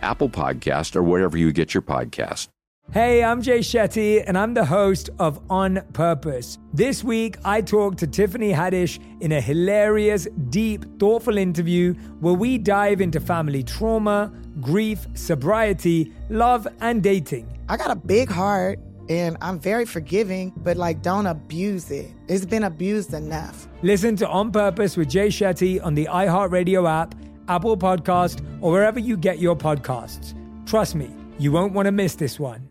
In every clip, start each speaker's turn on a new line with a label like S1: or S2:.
S1: Apple Podcast, or wherever you get your podcast.
S2: Hey, I'm Jay Shetty, and I'm the host of On Purpose. This week, I talked to Tiffany Haddish in a hilarious, deep, thoughtful interview where we dive into family trauma, grief, sobriety, love, and dating.
S3: I got a big heart and I'm very forgiving, but like don't abuse it. It's been abused enough.
S2: Listen to On Purpose with Jay Shetty on the iHeartRadio app, Apple Podcast, or wherever you get your podcasts. Trust me, you won't want to miss this one.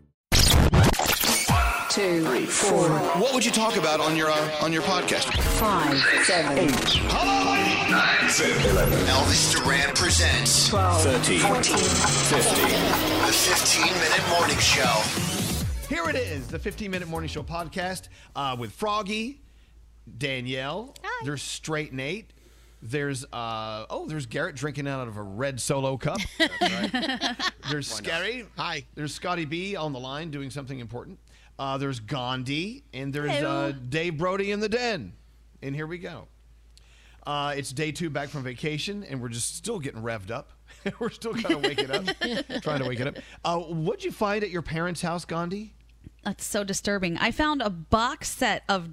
S4: two, four,
S5: What would you talk about on your uh, on your podcast?
S4: five, seven, eight,
S5: Hello, lady. Nine, seven, eleven. Elvis Duran presents
S4: twelve, fourteen.
S5: the 15 minute morning show. Here it is, the 15 minute morning show podcast uh, with Froggy, Danielle.
S6: Hi.
S5: There's Straight Nate. There's uh oh, there's Garrett drinking out of a red solo cup. There's Scary. Hi. There's Scotty B on the line doing something important. Uh, there's Gandhi and there's uh, Dave Brody in the den. And here we go. Uh, it's day two back from vacation, and we're just still getting revved up. we're still kind of waking up, trying to wake it up. Uh, what'd you find at your parents' house, Gandhi?
S6: That's so disturbing. I found a box set of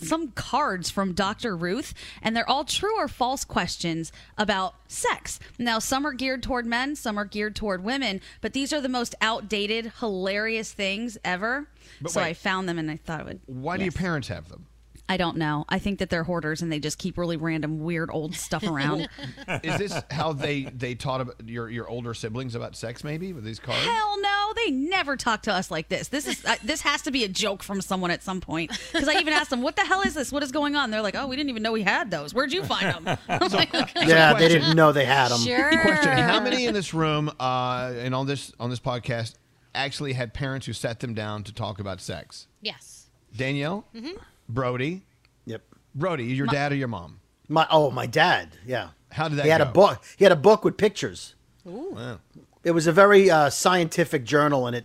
S6: some cards from Dr. Ruth, and they're all true or false questions about sex. Now, some are geared toward men, some are geared toward women, but these are the most outdated, hilarious things ever.
S5: But
S6: so
S5: wait.
S6: I found them and I thought I would.
S5: Why do your parents have them?
S6: I don't know. I think that they're hoarders and they just keep really random, weird, old stuff around.
S5: Is this how they they taught about your your older siblings about sex? Maybe with these cards.
S6: Hell no, they never talk to us like this. This is uh, this has to be a joke from someone at some point because I even asked them, "What the hell is this? What is going on?" They're like, "Oh, we didn't even know we had those. Where'd you find them?" I'm like, okay.
S7: Yeah, they didn't know they had them.
S5: Question: How many in this room uh, and on this on this podcast actually had parents who sat them down to talk about sex?
S8: Yes.
S5: Danielle,
S8: Mm-hmm.
S5: Brody,
S7: Yep.
S5: Brody, your dad or your mom?
S7: My oh, my dad. Yeah.
S5: How did that
S7: He had
S5: go?
S7: a book. He had a book with pictures.
S5: Wow.
S7: It was a very uh, scientific journal, and it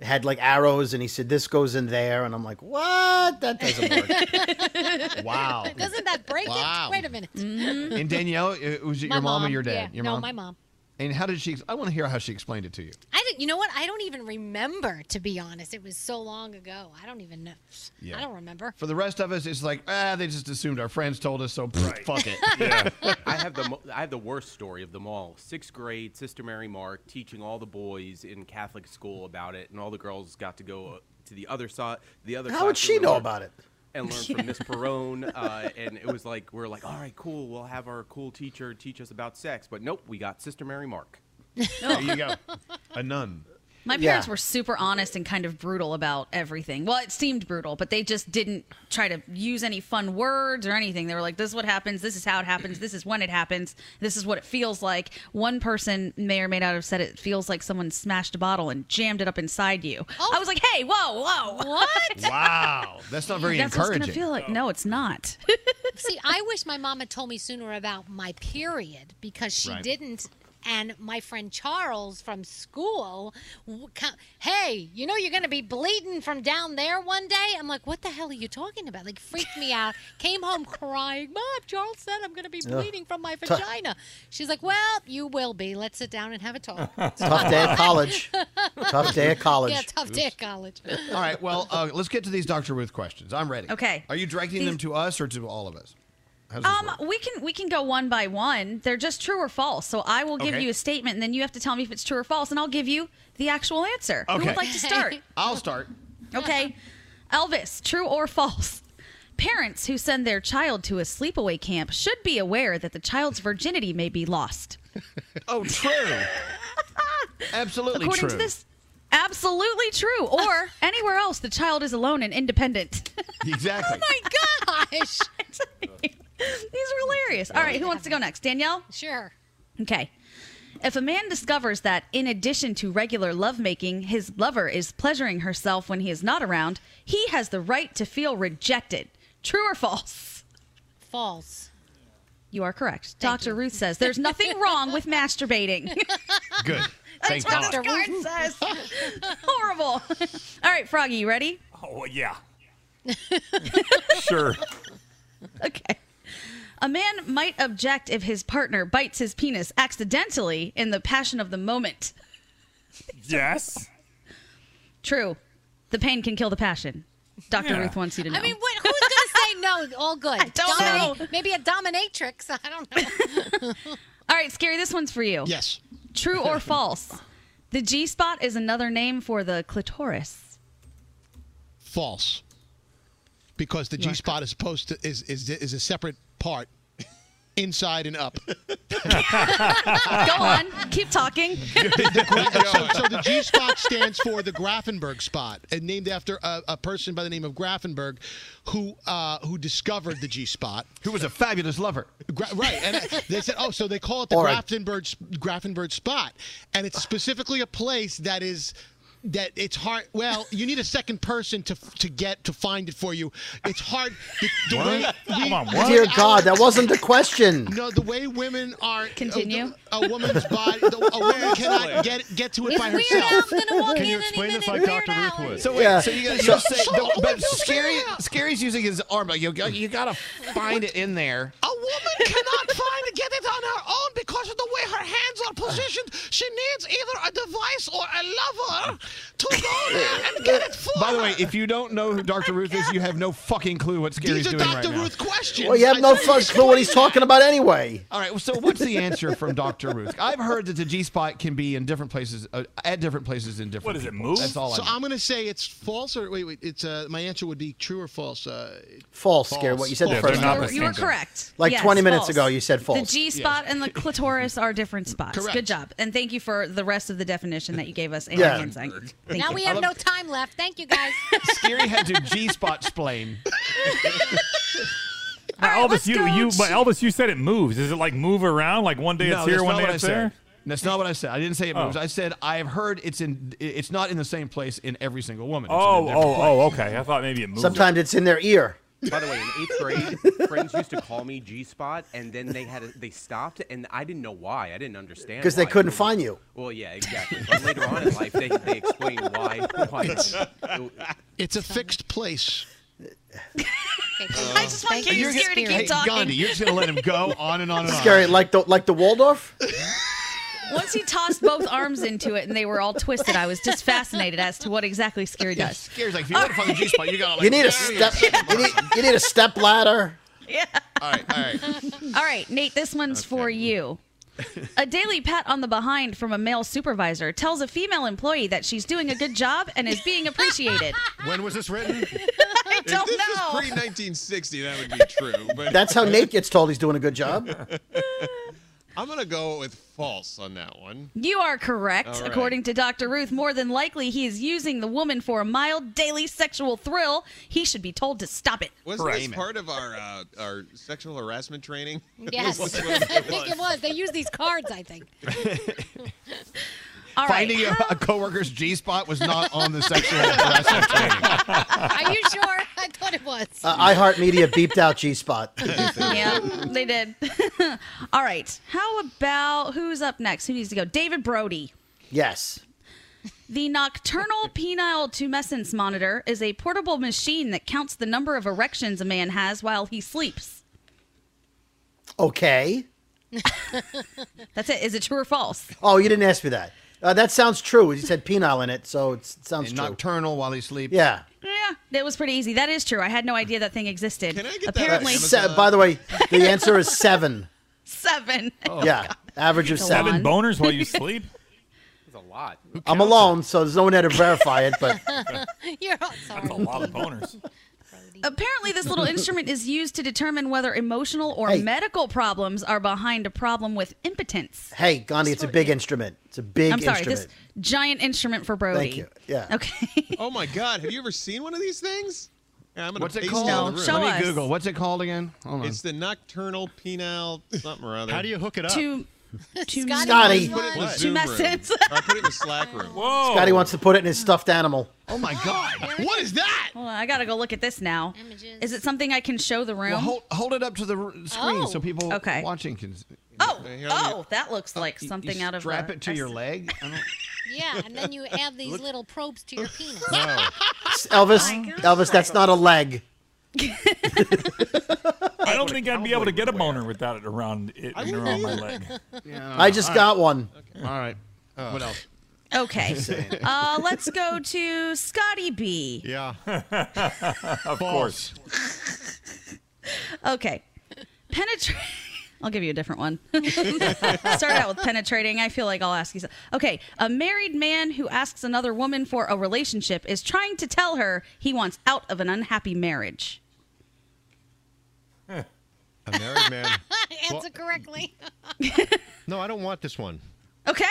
S7: had like arrows. And he said, "This goes in there," and I'm like, "What? That doesn't work."
S5: Wow.
S8: Doesn't that break
S5: Wow.
S8: it? Wait a minute.
S6: Mm-hmm.
S5: and Danielle, i- was
S8: Mm-hmm.
S5: it
S8: My
S5: your mom, or your dad?
S8: yeah.
S5: Your
S8: no,
S5: mom.
S8: my mom.
S5: And how did she? I want to hear how she explained it to you.
S8: I didn't, you know what? I don't even remember, to be honest. It was so long ago. I don't even know.
S5: Yeah.
S8: I don't remember.
S5: For the rest of us, it's like ah, they just assumed our friends told us, so pfft, fuck it.
S9: I have the mo- I have the worst story of them all. Sixth grade, Sister Mary Mark teaching all the boys in Catholic school about it, and all the girls got to go uh, to the other side. The other.
S7: How would she
S9: classroom
S7: know
S9: and learn-
S7: about it?
S9: and learn from Miss Perone. Uh, and it was like we are like, all right, cool. We'll have our cool teacher teach us about sex. But nope, we got Sister Mary Mark.
S5: there you go, a nun.
S6: My parents were super honest and kind of brutal about everything. Well, it seemed brutal, but they just didn't try to use any fun words or anything. They were like, this is what happens, this is how it happens, this is when it happens, this is what it feels like. One person may or may not have said it feels like someone smashed a bottle and jammed it up inside you. I was like, hey, whoa, whoa. What?
S5: Wow, that's not very
S6: That's
S5: encouraging.
S6: what it's gonna feel like. No, it's not.
S8: See, I wish my mom had told me sooner about my period because she
S6: Right.
S8: didn't. And my friend Charles from school, w- co- hey, you know you're going to be bleeding from down there one day. I'm like, what the hell are you talking about? Like, freaked me out. Came home crying. Mom, Charles said I'm going to be
S7: Ugh.
S8: bleeding from my
S7: Tough.
S8: vagina. She's like, well, you will be. Let's sit down and have a talk.
S7: Tough day at college. Tough day at college.
S8: Yeah, tough day at college.
S5: All right, well, uh, let's get to these Dr. Ruth questions. I'm ready.
S6: Okay.
S5: Are you directing them to us or to all of us? How does this
S6: Um, we can we can go one by one. They're just true or false. So I will give
S5: Okay.
S6: you a statement, and then you have to tell me if it's true or false, and I'll give you the actual answer. Who
S5: Okay.
S6: would like to start?
S5: I'll start.
S6: Okay, Elvis, true or false? Parents who send their child to a sleepaway camp should be aware that the child's virginity may be lost.
S5: Oh, true. Absolutely
S6: According to
S5: true.
S6: this, absolutely true. Or anywhere else, the child is alone and independent. Oh
S5: Exactly.
S6: my gosh. These are hilarious. All right, who wants to go next? Danielle?
S8: Sure.
S6: Okay. If a man discovers that, in addition to regular lovemaking, his lover is pleasuring herself when he is not around, he has the right to feel rejected. True or false?
S8: False.
S6: You are correct. Dr. Ruth says there's nothing wrong with masturbating.
S5: Good.
S6: That's
S5: Thank
S6: what this
S5: God.
S6: card says. Horrible. All right, Froggy, you ready?
S10: Oh, yeah. sure.
S6: A man might object if his partner bites his penis accidentally in the passion of the moment.
S10: Yes.
S6: True. The pain can kill the passion. Dr.
S8: Yeah.
S6: Ruth wants you to know.
S8: I mean, what, who's going to say no? All good.
S6: don't
S8: Dominate- Maybe a dominatrix. I don't know.
S6: All right, Scary, this one's for you.
S5: Yes.
S6: True or false? The G spot is another name for the clitoris.
S11: False. Because the G spot is supposed to is is is a separate part, inside and up. Ah.
S6: Go on, keep talking.
S11: so, so the G spot stands for the Grafenberg spot, and named after a, a person by the name of Grafenberg, who uh, who discovered the G spot.
S5: Who was a fabulous lover.
S11: Gra- right, and uh, they said, oh, so they call it the
S5: Or a-
S11: Grafenberg s- Grafenberg spot, and it's specifically a place that is. That it's hard. Well, you need a second person to to get to find it for you. It's hard. The, the
S7: What?
S11: way we-
S7: Dear God, that wasn't the question.
S11: no, the way women are
S6: continue.
S11: A, woman's body, the, a woman cannot get get to it by herself.
S10: Can you explain this like Dr. Ruth would?
S5: So wait,
S11: Yeah.
S5: so you got
S11: So-
S5: to say, no, but scary, scary's using his arm. Like, you, go- you got to find it in there.
S11: A woman cannot find get it on her own because of the way her hands are positioned. She needs either a device or a lover to go there and get it for
S5: Uh, By the way, if you don't know who Dr. Ruth is, you have no fucking clue what Scary's
S11: These are
S5: doing right
S11: Dr.
S5: now.
S11: Ruth questions.
S7: Well, you have
S11: I
S7: no
S11: don't
S7: fucking clue what he's talking about anyway.
S5: All right, well, so what's the answer from Dr. Ruth? I've heard that the G spot can be in different places, uh, at different places in different. people. That's all I
S11: so
S5: know.
S11: I'm going to say it's false or wait, wait. It's uh, my answer would be true or false. Uh,
S7: False, Scary. What you said the first time.
S6: you were correct.
S7: Like
S6: Yes,
S7: 20 minutes
S6: false.
S7: ago, you said false.
S6: The G spot and the clitoris are different spots.
S7: Correct.
S6: Good job. And thank you for the rest of the definition that you gave us and
S5: Yeah.
S6: the insight. Thank
S8: now
S6: you.
S8: we have no time left. Thank you, guys.
S5: Scary had to G spot splain.
S10: Elvis, you, you, but Elvis, you said it moves. Is it like move around? Like one day it's here,
S5: that's
S10: one
S5: not
S10: day
S5: what I
S10: it's
S5: said.
S10: there?
S5: That's not what I said. I didn't say it
S10: Oh.
S5: moves. I said I have heard it's in. It's not in the same place in every single woman. It's in a
S10: Oh,
S5: different
S10: oh, oh,
S5: place.
S10: okay. I thought maybe it moved.
S7: Sometimes it's in their ear.
S9: By the way, in eighth grade, friends used to call me G Spot, and then they had a, they stopped, and I didn't know why. I didn't understand
S7: 'Cause they
S9: why.
S7: couldn't find you.
S9: Well, yeah, exactly. But later on in life, they, they explained why. why
S11: It's-
S9: it-
S11: it's a fixed place.
S5: Uh,
S8: I
S6: just want
S11: You're
S6: Katie Scary to
S11: getting-
S6: keep
S11: hey,
S6: talking.
S5: Gandhi, you're just gonna let him go on and on and on.
S7: Scary, like the like the Waldorf.
S6: Once he tossed both arms into it and they were all twisted, I was just fascinated as to what exactly Scary does.
S5: Scary's like if you want to find the G spot, you gotta like.
S7: you need a
S5: bury
S7: step.
S5: yourself.
S7: you, need, you need a step ladder.
S5: All right, all right.
S6: All right, Nate, this one's for you. A daily pat on the behind from a male supervisor tells a female employee that she's doing a good job and is being appreciated.
S10: When was this written?
S6: I I don't
S12: if this
S6: know.
S12: is pre-1960, that would be true. But
S7: That's how Nate gets told he's doing a good job.
S12: I'm gonna go with false on that one.
S6: You are correct.
S12: All right.
S6: According to Dr. Ruth, more than likely he is using the woman for a mild daily sexual thrill. He should be told to stop it.
S12: Was this part of our uh, our sexual harassment training?
S8: Yes,
S12: That's what
S8: I think it
S12: was.
S8: was. They use these cards, I think.
S6: All right.
S5: Finding uh, a, a coworker's G spot was not on the sexual harassment
S8: Are you sure? I thought it was.
S7: Uh, iHeartMedia beeped out G Spot.
S6: yeah, they did. All right. How about who's up next? Who needs to go? David Brody.
S7: Yes.
S6: The nocturnal penile tumescence monitor is a portable machine that counts the number of erections a man has while he sleeps.
S7: Okay.
S6: That's it. Is it true or false?
S7: Oh, you didn't ask me that. Uh, that sounds true. He said penile in it, so it's, it sounds true.
S5: Nocturnal while he sleeps.
S7: Yeah.
S6: Yeah, that was pretty easy. That is true. I had no idea that thing existed. Can I get Apparently,
S7: Uh, se- by the way, the answer is seven.
S6: seven.
S7: yeah, average of
S6: Oh, Go
S7: seven.
S6: on. Boners while you
S10: sleep.
S9: It's a lot.
S7: I'm alone, so there's no one there to verify it. But
S8: You're all sorry.
S10: a lot of boners.
S6: Apparently, this little instrument is used to determine whether emotional or
S7: Hey.
S6: medical problems are behind a problem with impotence.
S7: hey, Gandhi, it's a big instrument. It's a big
S6: I'm sorry,
S7: instrument.
S6: this giant instrument for Brody.
S7: Thank you. Yeah.
S6: Okay.
S12: oh my God! Have you ever seen one of these things? Yeah, I'm gonna
S5: What's it
S12: paste
S5: called?
S12: down the room.
S5: Let me Google. What's it called again? Hold on.
S12: It's the nocturnal penile something or other.
S5: How do you hook it up? To-
S6: to
S7: Scotty.
S12: Put it in the
S7: What?
S12: Zoom room.
S7: Tumescence.
S12: Or put it in the Slack room.
S10: Whoa!
S7: Scotty wants to put it in his stuffed animal.
S5: Oh my God!
S12: What is that?
S6: Hold on, I gotta go look at this now. Is it something I can show the room? Oh,
S5: Well, hold, hold it up to the r- screen so people
S6: Okay.
S5: watching can.
S6: Oh, oh, that looks like
S5: you- you
S6: something out of
S5: strap
S6: a-
S5: it to your leg. I don't,
S8: Yeah, and then you add these little probes to your penis.
S7: Elvis, Elvis, that's not a leg.
S10: I don't think I'd be able to get a boner without it around it and around my leg.
S7: I just got one.
S5: All right. Uh, what else?
S6: Okay. uh, let's go to Scotty B.
S5: Yeah.
S10: of course.
S6: Okay. Penetrate. I'll give you a different one. Start out with penetrating. I feel like I'll ask you something. Okay. A married man who asks another woman for a relationship is trying to tell her he wants out of an unhappy marriage.
S11: A married man.
S8: Answer
S11: Well,
S8: correctly.
S11: no, I don't want this one.
S6: Okay.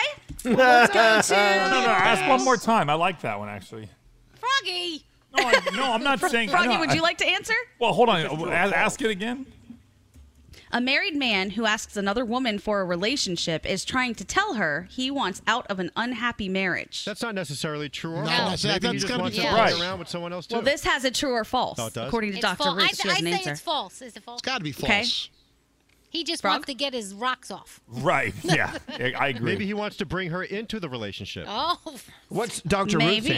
S10: no, no, no. Ask one more time. I like that one actually.
S8: Froggy.
S10: No, Oh, I, no I'm not saying.
S6: Froggy,
S10: no,
S6: would
S10: I-
S6: you like to answer?
S10: Well, hold on. A- Ask it again.
S6: A married man who asks another woman for a relationship is trying to tell her he wants out of an unhappy marriage.
S13: That's not necessarily true or
S11: No,
S13: false.
S11: that's-
S13: Maybe he
S11: that's
S13: just
S11: gotta
S13: wants
S11: be
S13: to
S11: false.
S13: play around with someone else too.
S6: Well, this has a true or false,
S13: No, it does?
S6: according to
S8: It's
S6: Dr.
S8: false. I,
S6: Ruth. She
S8: I
S6: has an
S8: say
S6: answer.
S8: it's false. Is it false?
S11: It's got to be
S6: Okay.
S11: false.
S8: He just wants to get his rocks off.
S10: Right. Yeah. I agree.
S13: Maybe he wants to bring her into the relationship.
S8: Oh,
S5: What's Dr.
S6: Maybe.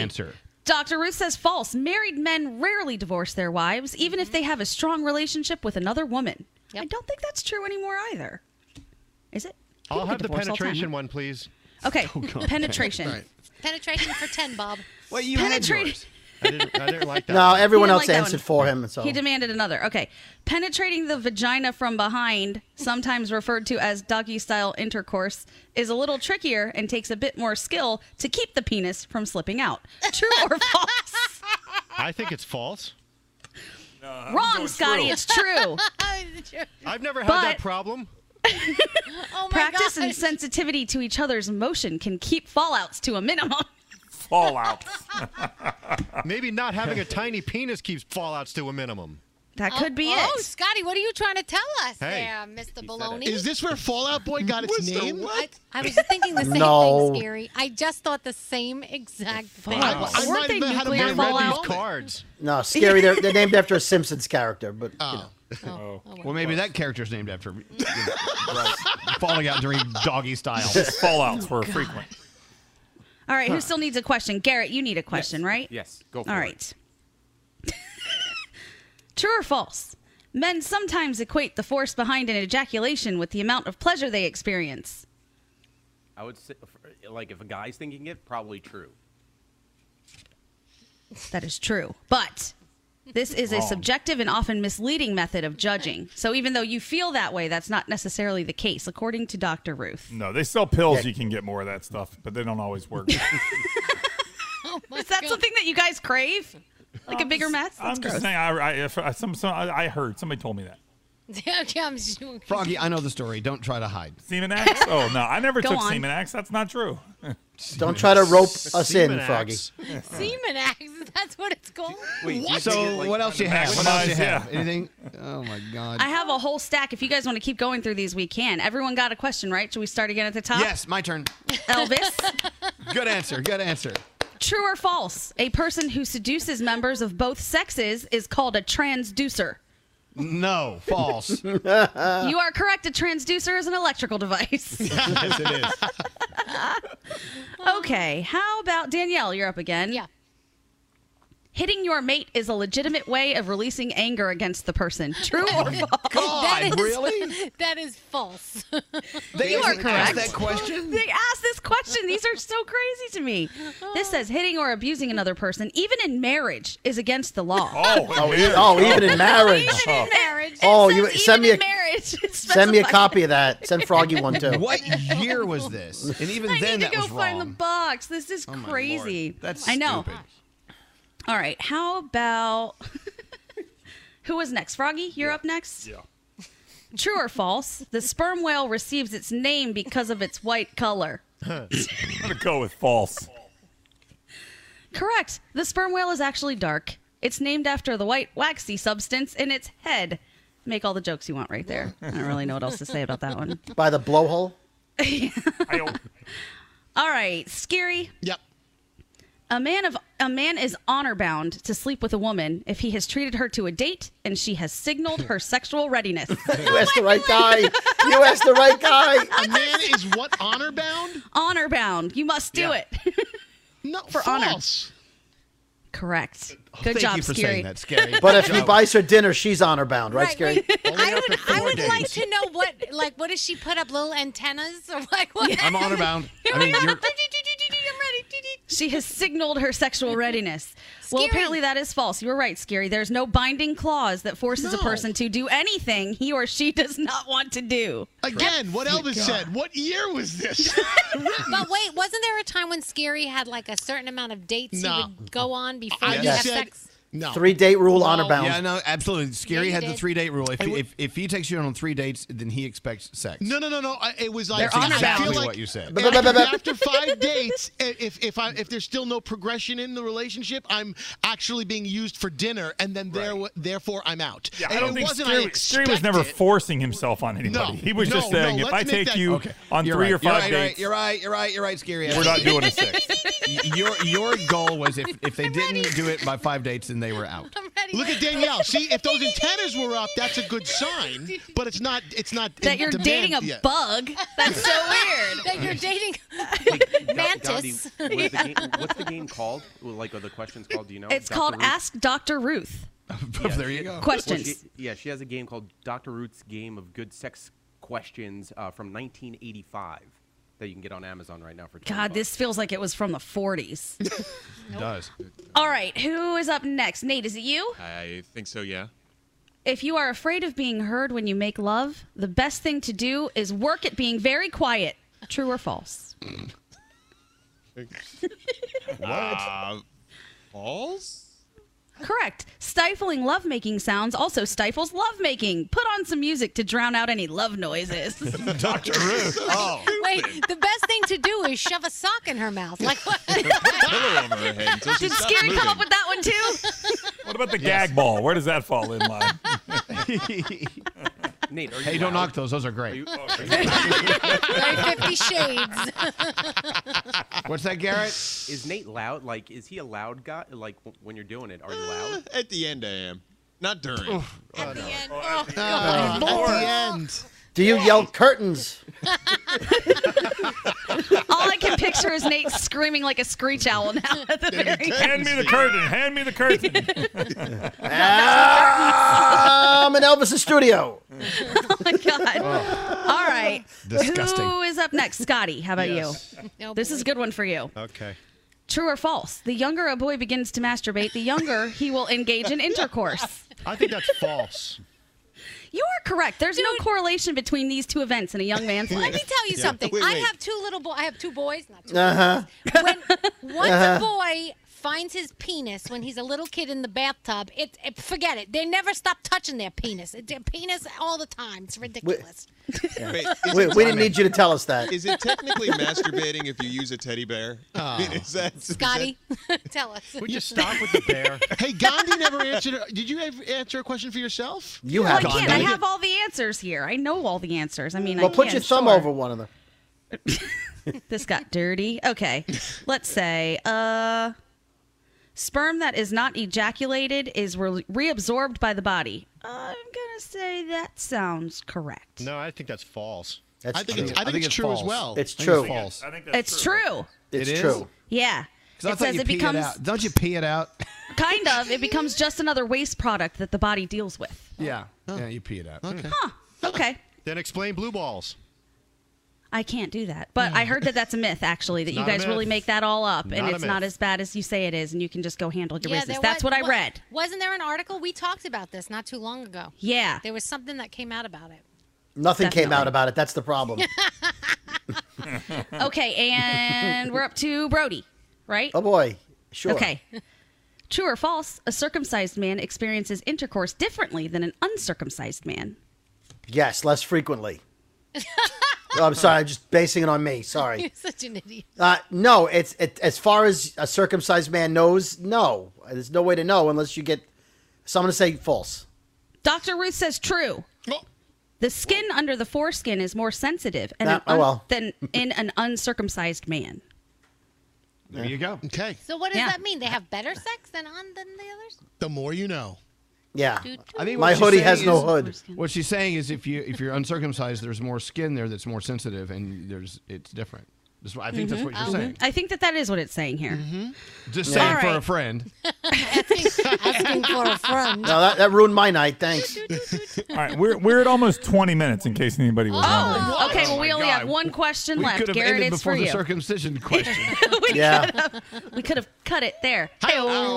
S6: Dr. Ruth says false. Married men rarely divorce their wives, even
S11: Mm-hmm.
S6: if they have a strong relationship with another woman. I don't think that's true anymore either. Is it?
S13: I'll
S6: People
S13: have the
S6: divorce all time,
S13: penetration
S6: right?
S13: one, please.
S6: Okay,
S13: Oh, God.
S6: penetration.
S13: Right.
S8: penetration for ten, Bob.
S5: Well, you
S6: Penetrate-
S13: I didn't, I didn't like that.
S7: No,
S13: one.
S7: everyone
S6: He didn't
S7: else
S6: like that
S7: answered
S6: one.
S7: for him. So
S6: He demanded another. Okay. Penetrating the vagina from behind, sometimes referred to as doggy style intercourse, is a little trickier and takes a bit more skill to keep the penis from slipping out. True or false?
S13: I think it's false.
S6: Wrong, Scotty. Um, It's true.
S13: I've never had
S6: But
S13: that problem.
S8: oh my
S6: practice
S8: God.
S6: and sensitivity to each other's motion can keep fallouts to a minimum.
S10: Fallout.
S13: Maybe not having a tiny penis keeps fallouts to a minimum.
S6: That
S8: oh, Oh, Scotty, what are you trying to tell us
S13: Hey.
S8: there, Mr. Baloney?
S11: Is this where Fallout Boy got its name?
S8: I, I was thinking the same
S11: No.
S8: thing, Scary. I just thought the same exact thing.
S11: I- I might Weren't they have had a nuclear brain read these fallout?
S13: cards.
S7: no, scary. They're, they're named after a Simpsons character, but you know.
S5: Oh.
S7: Oh.
S5: Well, maybe that character's named after you know, falling out during doggy style.
S10: His fallouts were frequent.
S6: All right,
S5: Huh.
S6: who still needs a question? Garrett, you need a question, right?
S9: Yes, go for
S6: All
S9: it.
S6: right. True or false? Men sometimes equate the force behind an ejaculation with the amount of pleasure they experience.
S9: I would say, f- like, if a guy's thinking it, probably true.
S6: That is true. But this is a
S9: Wrong.
S6: subjective and often misleading method of judging. So even though you feel that way, that's not necessarily the case, according to Dr. Ruth.
S10: No, they sell pills. You can get more of that stuff, but they don't always work.
S8: Oh,
S6: is that something that you guys crave? Like a bigger mess? That's
S10: I'm just
S6: gross.
S10: saying. I, I, if- I- some, some, I I heard somebody told me that.
S8: okay, I'm sure.
S5: Froggy, I know the story. Don't try to hide.
S10: Seminax? Oh no, I never
S8: Go
S10: took
S8: on.
S10: Seminax. That's not true.
S7: Don't try to rope us in, Froggy.
S8: Semen axe. That's what it's called.
S5: So what else you have? What else you have? Anything? Oh my God.
S6: I have a whole stack. If you guys want to keep going through these, we can. Everyone got a question, right? Should we start again at the top?
S5: Yes, my turn.
S6: Elvis,
S5: Good answer. Good answer.
S6: true or false? A person who seduces members of both sexes is called a transducer.
S5: No, false. you Uh.
S6: you are correct. A transducer is an electrical device.
S5: Yes, it is.
S6: Okay, how about Danielle? You're up again. Yeah. Hitting your mate is a legitimate way of releasing anger against the person. True or false?
S8: That is- That is false.
S6: They You are actually asked correct.
S5: that question?
S6: They asked this question. These are so crazy to me. This says hitting or abusing another person, even in marriage, is against the law.
S7: Oh, Oh, marriage. oh, even in marriage.
S6: even in marriage. It
S7: Oh,
S6: says
S7: you-
S6: even
S7: send me
S6: in
S7: a-
S6: marriage. It
S7: Send me a
S6: specifies-
S7: copy of that. Send Froggy one too.
S5: What year was this? And even
S6: I
S5: then,
S6: need to
S5: that
S6: go
S5: was
S6: find the
S5: wrong.
S6: box. This is
S5: Oh, my
S6: crazy.
S5: Lord. That's
S6: I know.
S5: stupid.
S6: All right. How about who was next? Froggy, you're up next. Yeah. True or false? The sperm whale receives its name because of its white color.
S10: I'm gonna go with false.
S6: Correct. The sperm whale is actually dark. It's named after the white waxy substance in its head. Make all the jokes you want right there. I don't really know what else to say about that one.
S7: By the blowhole.
S6: All right, scary.
S11: Yep.
S6: A man of a man is honor bound to sleep with a woman if he has treated her to a date and she has signaled her sexual readiness. Oh
S7: You asked the right guy. You asked the right guy.
S11: A man is what honor bound?
S6: honor bound. You must do
S11: Yeah.
S6: it.
S11: No,
S6: for
S11: false.
S6: honor. Correct. Good
S7: Oh, Thank
S6: job,
S7: you for saying
S6: Scary.
S7: that, But if he buys her dinner, she's honor bound, right, Scary?
S8: I would like to know what, like, what does she put up? Little antennas or like what?
S5: I'm honor bound. I mean, you're,
S6: She has signaled her sexual readiness. Well, apparently that is false. You were right, Scary. There's no binding clause that forces a
S11: No.
S6: person to do anything he or she does not want to do.
S11: Again, what Elvis said. What year was this?
S8: But wait, wasn't there a time when Scary had like a certain amount of dates he
S5: No.
S8: would go on before you
S5: I
S8: have
S5: just said-
S8: sex?
S11: No.
S7: Three date rule, honor bound.
S5: Yeah, no, absolutely. Scary
S11: you
S5: had the
S11: did.
S5: three date rule. If,
S11: I would-
S5: if, if he takes you out on three dates, then he expects sex.
S11: No, no, no, no. I- It was like
S5: That's
S11: I feel
S5: exactly
S11: like
S5: what you said.
S11: After, after five dates, i- if if I if there's still no progression in the relationship, I'm actually being used for dinner, and then there therefore I'm out.
S10: Yeah,
S11: and
S10: I don't
S11: it
S10: think
S11: wasn't. I
S10: Scary, Scary
S11: expect
S10: was never
S11: it.
S10: forcing himself on anybody. he was just
S11: no, no,
S10: saying, if
S11: let's
S10: I
S11: make
S10: take
S11: that-
S10: you
S11: Okay.
S10: on
S5: You're
S10: three
S5: right,
S10: or five
S5: you're right,
S10: dates,
S5: You're right. You're right. You're right. Scary.
S10: we're not doing a six.
S5: your your goal was if, if they didn't do it by five dates, then they were out.
S11: Look at Danielle. See, if those antennas were up, that's a good sign. But it's not. It's not
S6: That
S11: in
S6: you're
S11: demand
S6: dating a
S11: yet.
S6: bug. That's so weird.
S8: that you're dating
S9: Gandhi,
S8: mantis.
S9: what is the game- what's the game called? Well, Like, are the questions called? Do you know?
S6: It's
S9: Dr.
S6: called
S9: Ruth?
S6: Ask Dr. Ruth.
S5: there you go.
S6: Questions.
S9: Well, she- yeah, she has a game called Dr. Root's Game of Good Sex Questions uh, from 1985 that you can get on Amazon right now for. 20
S6: God, this feels like it was from the 40s.
S9: does.
S6: All right, who is up next? Nate, is it you?
S12: I think so, yeah.
S6: If you are afraid of being heard when you make love, the best thing to do is work at being very quiet. True or false?
S5: Mm.
S12: Uh, false?
S6: Correct. Stifling lovemaking sounds also stifles lovemaking. Put on some music to drown out any love noises.
S5: Dr. Ruth. Oh.
S8: Wait, the best thing to do is shove a sock in her mouth. Like what?
S12: Pillow over her head until she
S6: Did
S12: stops
S6: Scary come
S12: moving.
S6: up with that one too?
S10: What about the gag ball? Where does that fall in line?
S9: Nate, are you
S5: Hey, don't
S9: loud?
S5: knock those. Those are great.
S8: Fifty Shades.
S5: What's that, Garrett?
S9: Is Nate loud? Like, is he a loud guy? Like, w- when you're doing it, are you loud?
S12: Uh, At the end, I am. Not during.
S5: Oh,
S8: At the end. Oh,
S7: God.
S11: At the end.
S7: Do you yell curtains?
S6: All I can picture is Nate screaming like a screech owl now at the very
S10: Hand me the curtain. Hand me the curtain.
S7: I'm in Elvis's studio.
S6: Oh my god! All right,
S7: Disgusting.
S6: Who is up next? Scotty, how about you?
S8: No,
S6: This is a good one for you.
S12: Okay.
S6: True or false? The younger a boy begins to masturbate, the younger he will engage in intercourse.
S13: I think that's false.
S6: You are correct. There's no correlation between these two events in a young man's life.
S8: Let me tell you
S6: Yeah.
S8: something.
S6: Wait,
S8: I
S6: wait. Uh-huh.
S7: Uh-huh.
S8: have two little boys. I have two boys. Not two.
S7: Uh huh.
S8: Once
S7: Uh-huh.
S8: a boy finds his penis when he's a little kid in the bathtub, it, it forget it. They never stop touching their penis. It- Their penis all the time. It's ridiculous.
S7: Yeah.
S12: Wait,
S7: we,
S12: is it
S7: we didn't
S12: Tommy?
S7: need you to tell us that.
S12: Is it technically masturbating if you use a teddy bear? I mean, is that- is that-
S8: Scotty, tell us.
S12: Would you stop?
S5: Stop with the bear.
S11: Hey, Gandhi never answered. Did you ever answer a question for yourself?
S7: You
S6: Well,
S7: have
S6: I can't.
S7: Gandhi.
S6: I have all the answers here. I know all the answers. I mean, I
S7: Well, put
S6: can,
S7: your thumb
S6: sure.
S7: over one of them.
S6: This got dirty. Okay, let's say uh, sperm that is not ejaculated is re- reabsorbed by the body. I'm gonna say that sounds correct.
S13: No, I think that's false.
S7: That's
S11: I think it's- I think it's true as well.
S7: It's
S11: I think
S7: true.
S11: it's false. I think that's
S6: It's true.
S7: It's true.
S6: Yeah. It says it becomes
S5: Don't you pee it out?
S6: kind of. It becomes just another waste product that the body deals with.
S5: Yeah. Yeah, you pee it out. Okay.
S6: Okay.
S13: Then explain blue balls.
S6: I can't do that. But I heard that that's a myth, actually, that
S13: Hmm. It's
S6: you
S13: not a
S6: guys really
S13: myth.
S6: make that all up and
S13: Not a
S6: it's not
S13: myth.
S6: as bad as you say it is and you can just go handle your business.
S8: there
S6: That's
S8: wa-
S6: what I
S8: wa-
S6: read.
S8: Wasn't there an article? We talked about this not too long ago.
S6: Yeah.
S8: There was something that came out about it.
S7: Nothing came out about it. That's the problem.
S13: Hmm.
S6: Okay, and we're up to Brody, right?
S7: Oh boy. Sure.
S6: Okay. True or false, a circumcised man experiences intercourse differently than an uncircumcised man.
S7: Yes, less frequently. Oh, I'm sorry. I'm just basing it on me. Sorry.
S8: You're such an idiot.
S7: Uh, no, it's it, as far as a circumcised man knows. No, there's no way to know unless you get. So I'm going to say false.
S6: Dr. Ruth says true.
S13: Oh.
S6: The skin under the foreskin is more sensitive and
S7: Ah,
S6: an
S7: oh,
S6: un-
S7: well.
S6: than in an uncircumcised man.
S5: There you go.
S11: Okay.
S8: So what does
S6: Yeah.
S8: that mean? They have better sex than on than the others?
S11: The more you know.
S7: Yeah.
S5: I think what
S7: My
S5: she's
S7: hoodie
S5: saying
S7: has no
S5: is-
S7: hood.
S5: What she's saying is, if you if you're uncircumcised, there's more skin there that's more sensitive, and there's it's different. That's what- I think that's what you're
S6: Mhm.
S5: saying. Mm-hmm.
S6: I think that that is what it's saying here.
S5: Just
S6: Yeah.
S5: saying
S6: All
S5: for a
S6: right.
S5: friend.
S8: Asking for a friend.
S7: No, that, that ruined my night. Thanks.
S10: All right, we're we're at almost 20 minutes in case anybody was wondering.
S6: Oh, okay. Well, we
S5: my
S6: only
S5: God.
S6: have one question
S5: we
S6: left.
S5: could have
S6: Garrett,
S5: ended
S6: it's
S5: before
S6: for
S5: the
S6: you.
S5: circumcision question.
S7: yeah.
S6: we could have cut it there.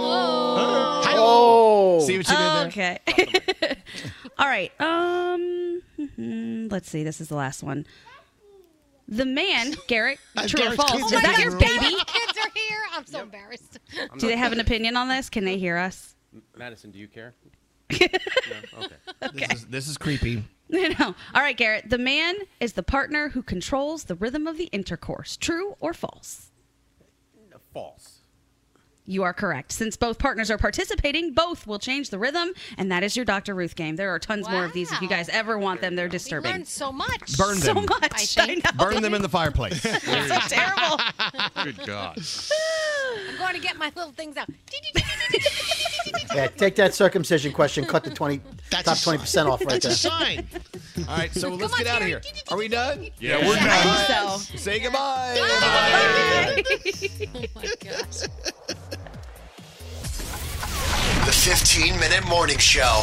S6: Hey-oh.
S7: Oh.
S5: See what you did there?
S6: Okay. All right. Um, mhm, let's see. This is the last one. The man, Garrett,
S12: Uh,
S5: Uh,
S6: true or
S8: Garrett's
S6: false?
S8: kids
S6: Is
S8: are
S6: that
S8: in
S6: your
S8: the room.
S6: baby?
S8: My kids are here. I'm so embarrassed.
S6: Do they have an opinion on this? Can they hear us?
S9: Madison, do you care?
S5: This, is, this is creepy.
S6: No. All right, Garrett. The man is the partner who controls the rhythm of the intercourse. True or false?
S9: False.
S6: You are correct. Since both partners are participating, both will change the rhythm, and that is your Dr. Ruth game. There are tons more of these if you guys ever want them. They're
S8: We
S6: disturbing.
S8: learned so much.
S5: Burn
S6: so
S5: them.
S6: much.
S8: I
S6: I
S8: think.
S6: know.
S5: Burn them in the fireplace.
S6: It's so terrible.
S5: Good God.
S8: I'm going to get my little things out.
S7: Yeah. Take that circumcision question. Cut the twenty top twenty percent off right
S11: That's a
S7: there.
S11: sign.
S5: All right, so let's get out of here. Are we done?
S10: Yeah, we're done. I
S5: so.
S6: think
S5: Say goodbye.
S8: oh my gosh.
S4: The 15 minute morning show.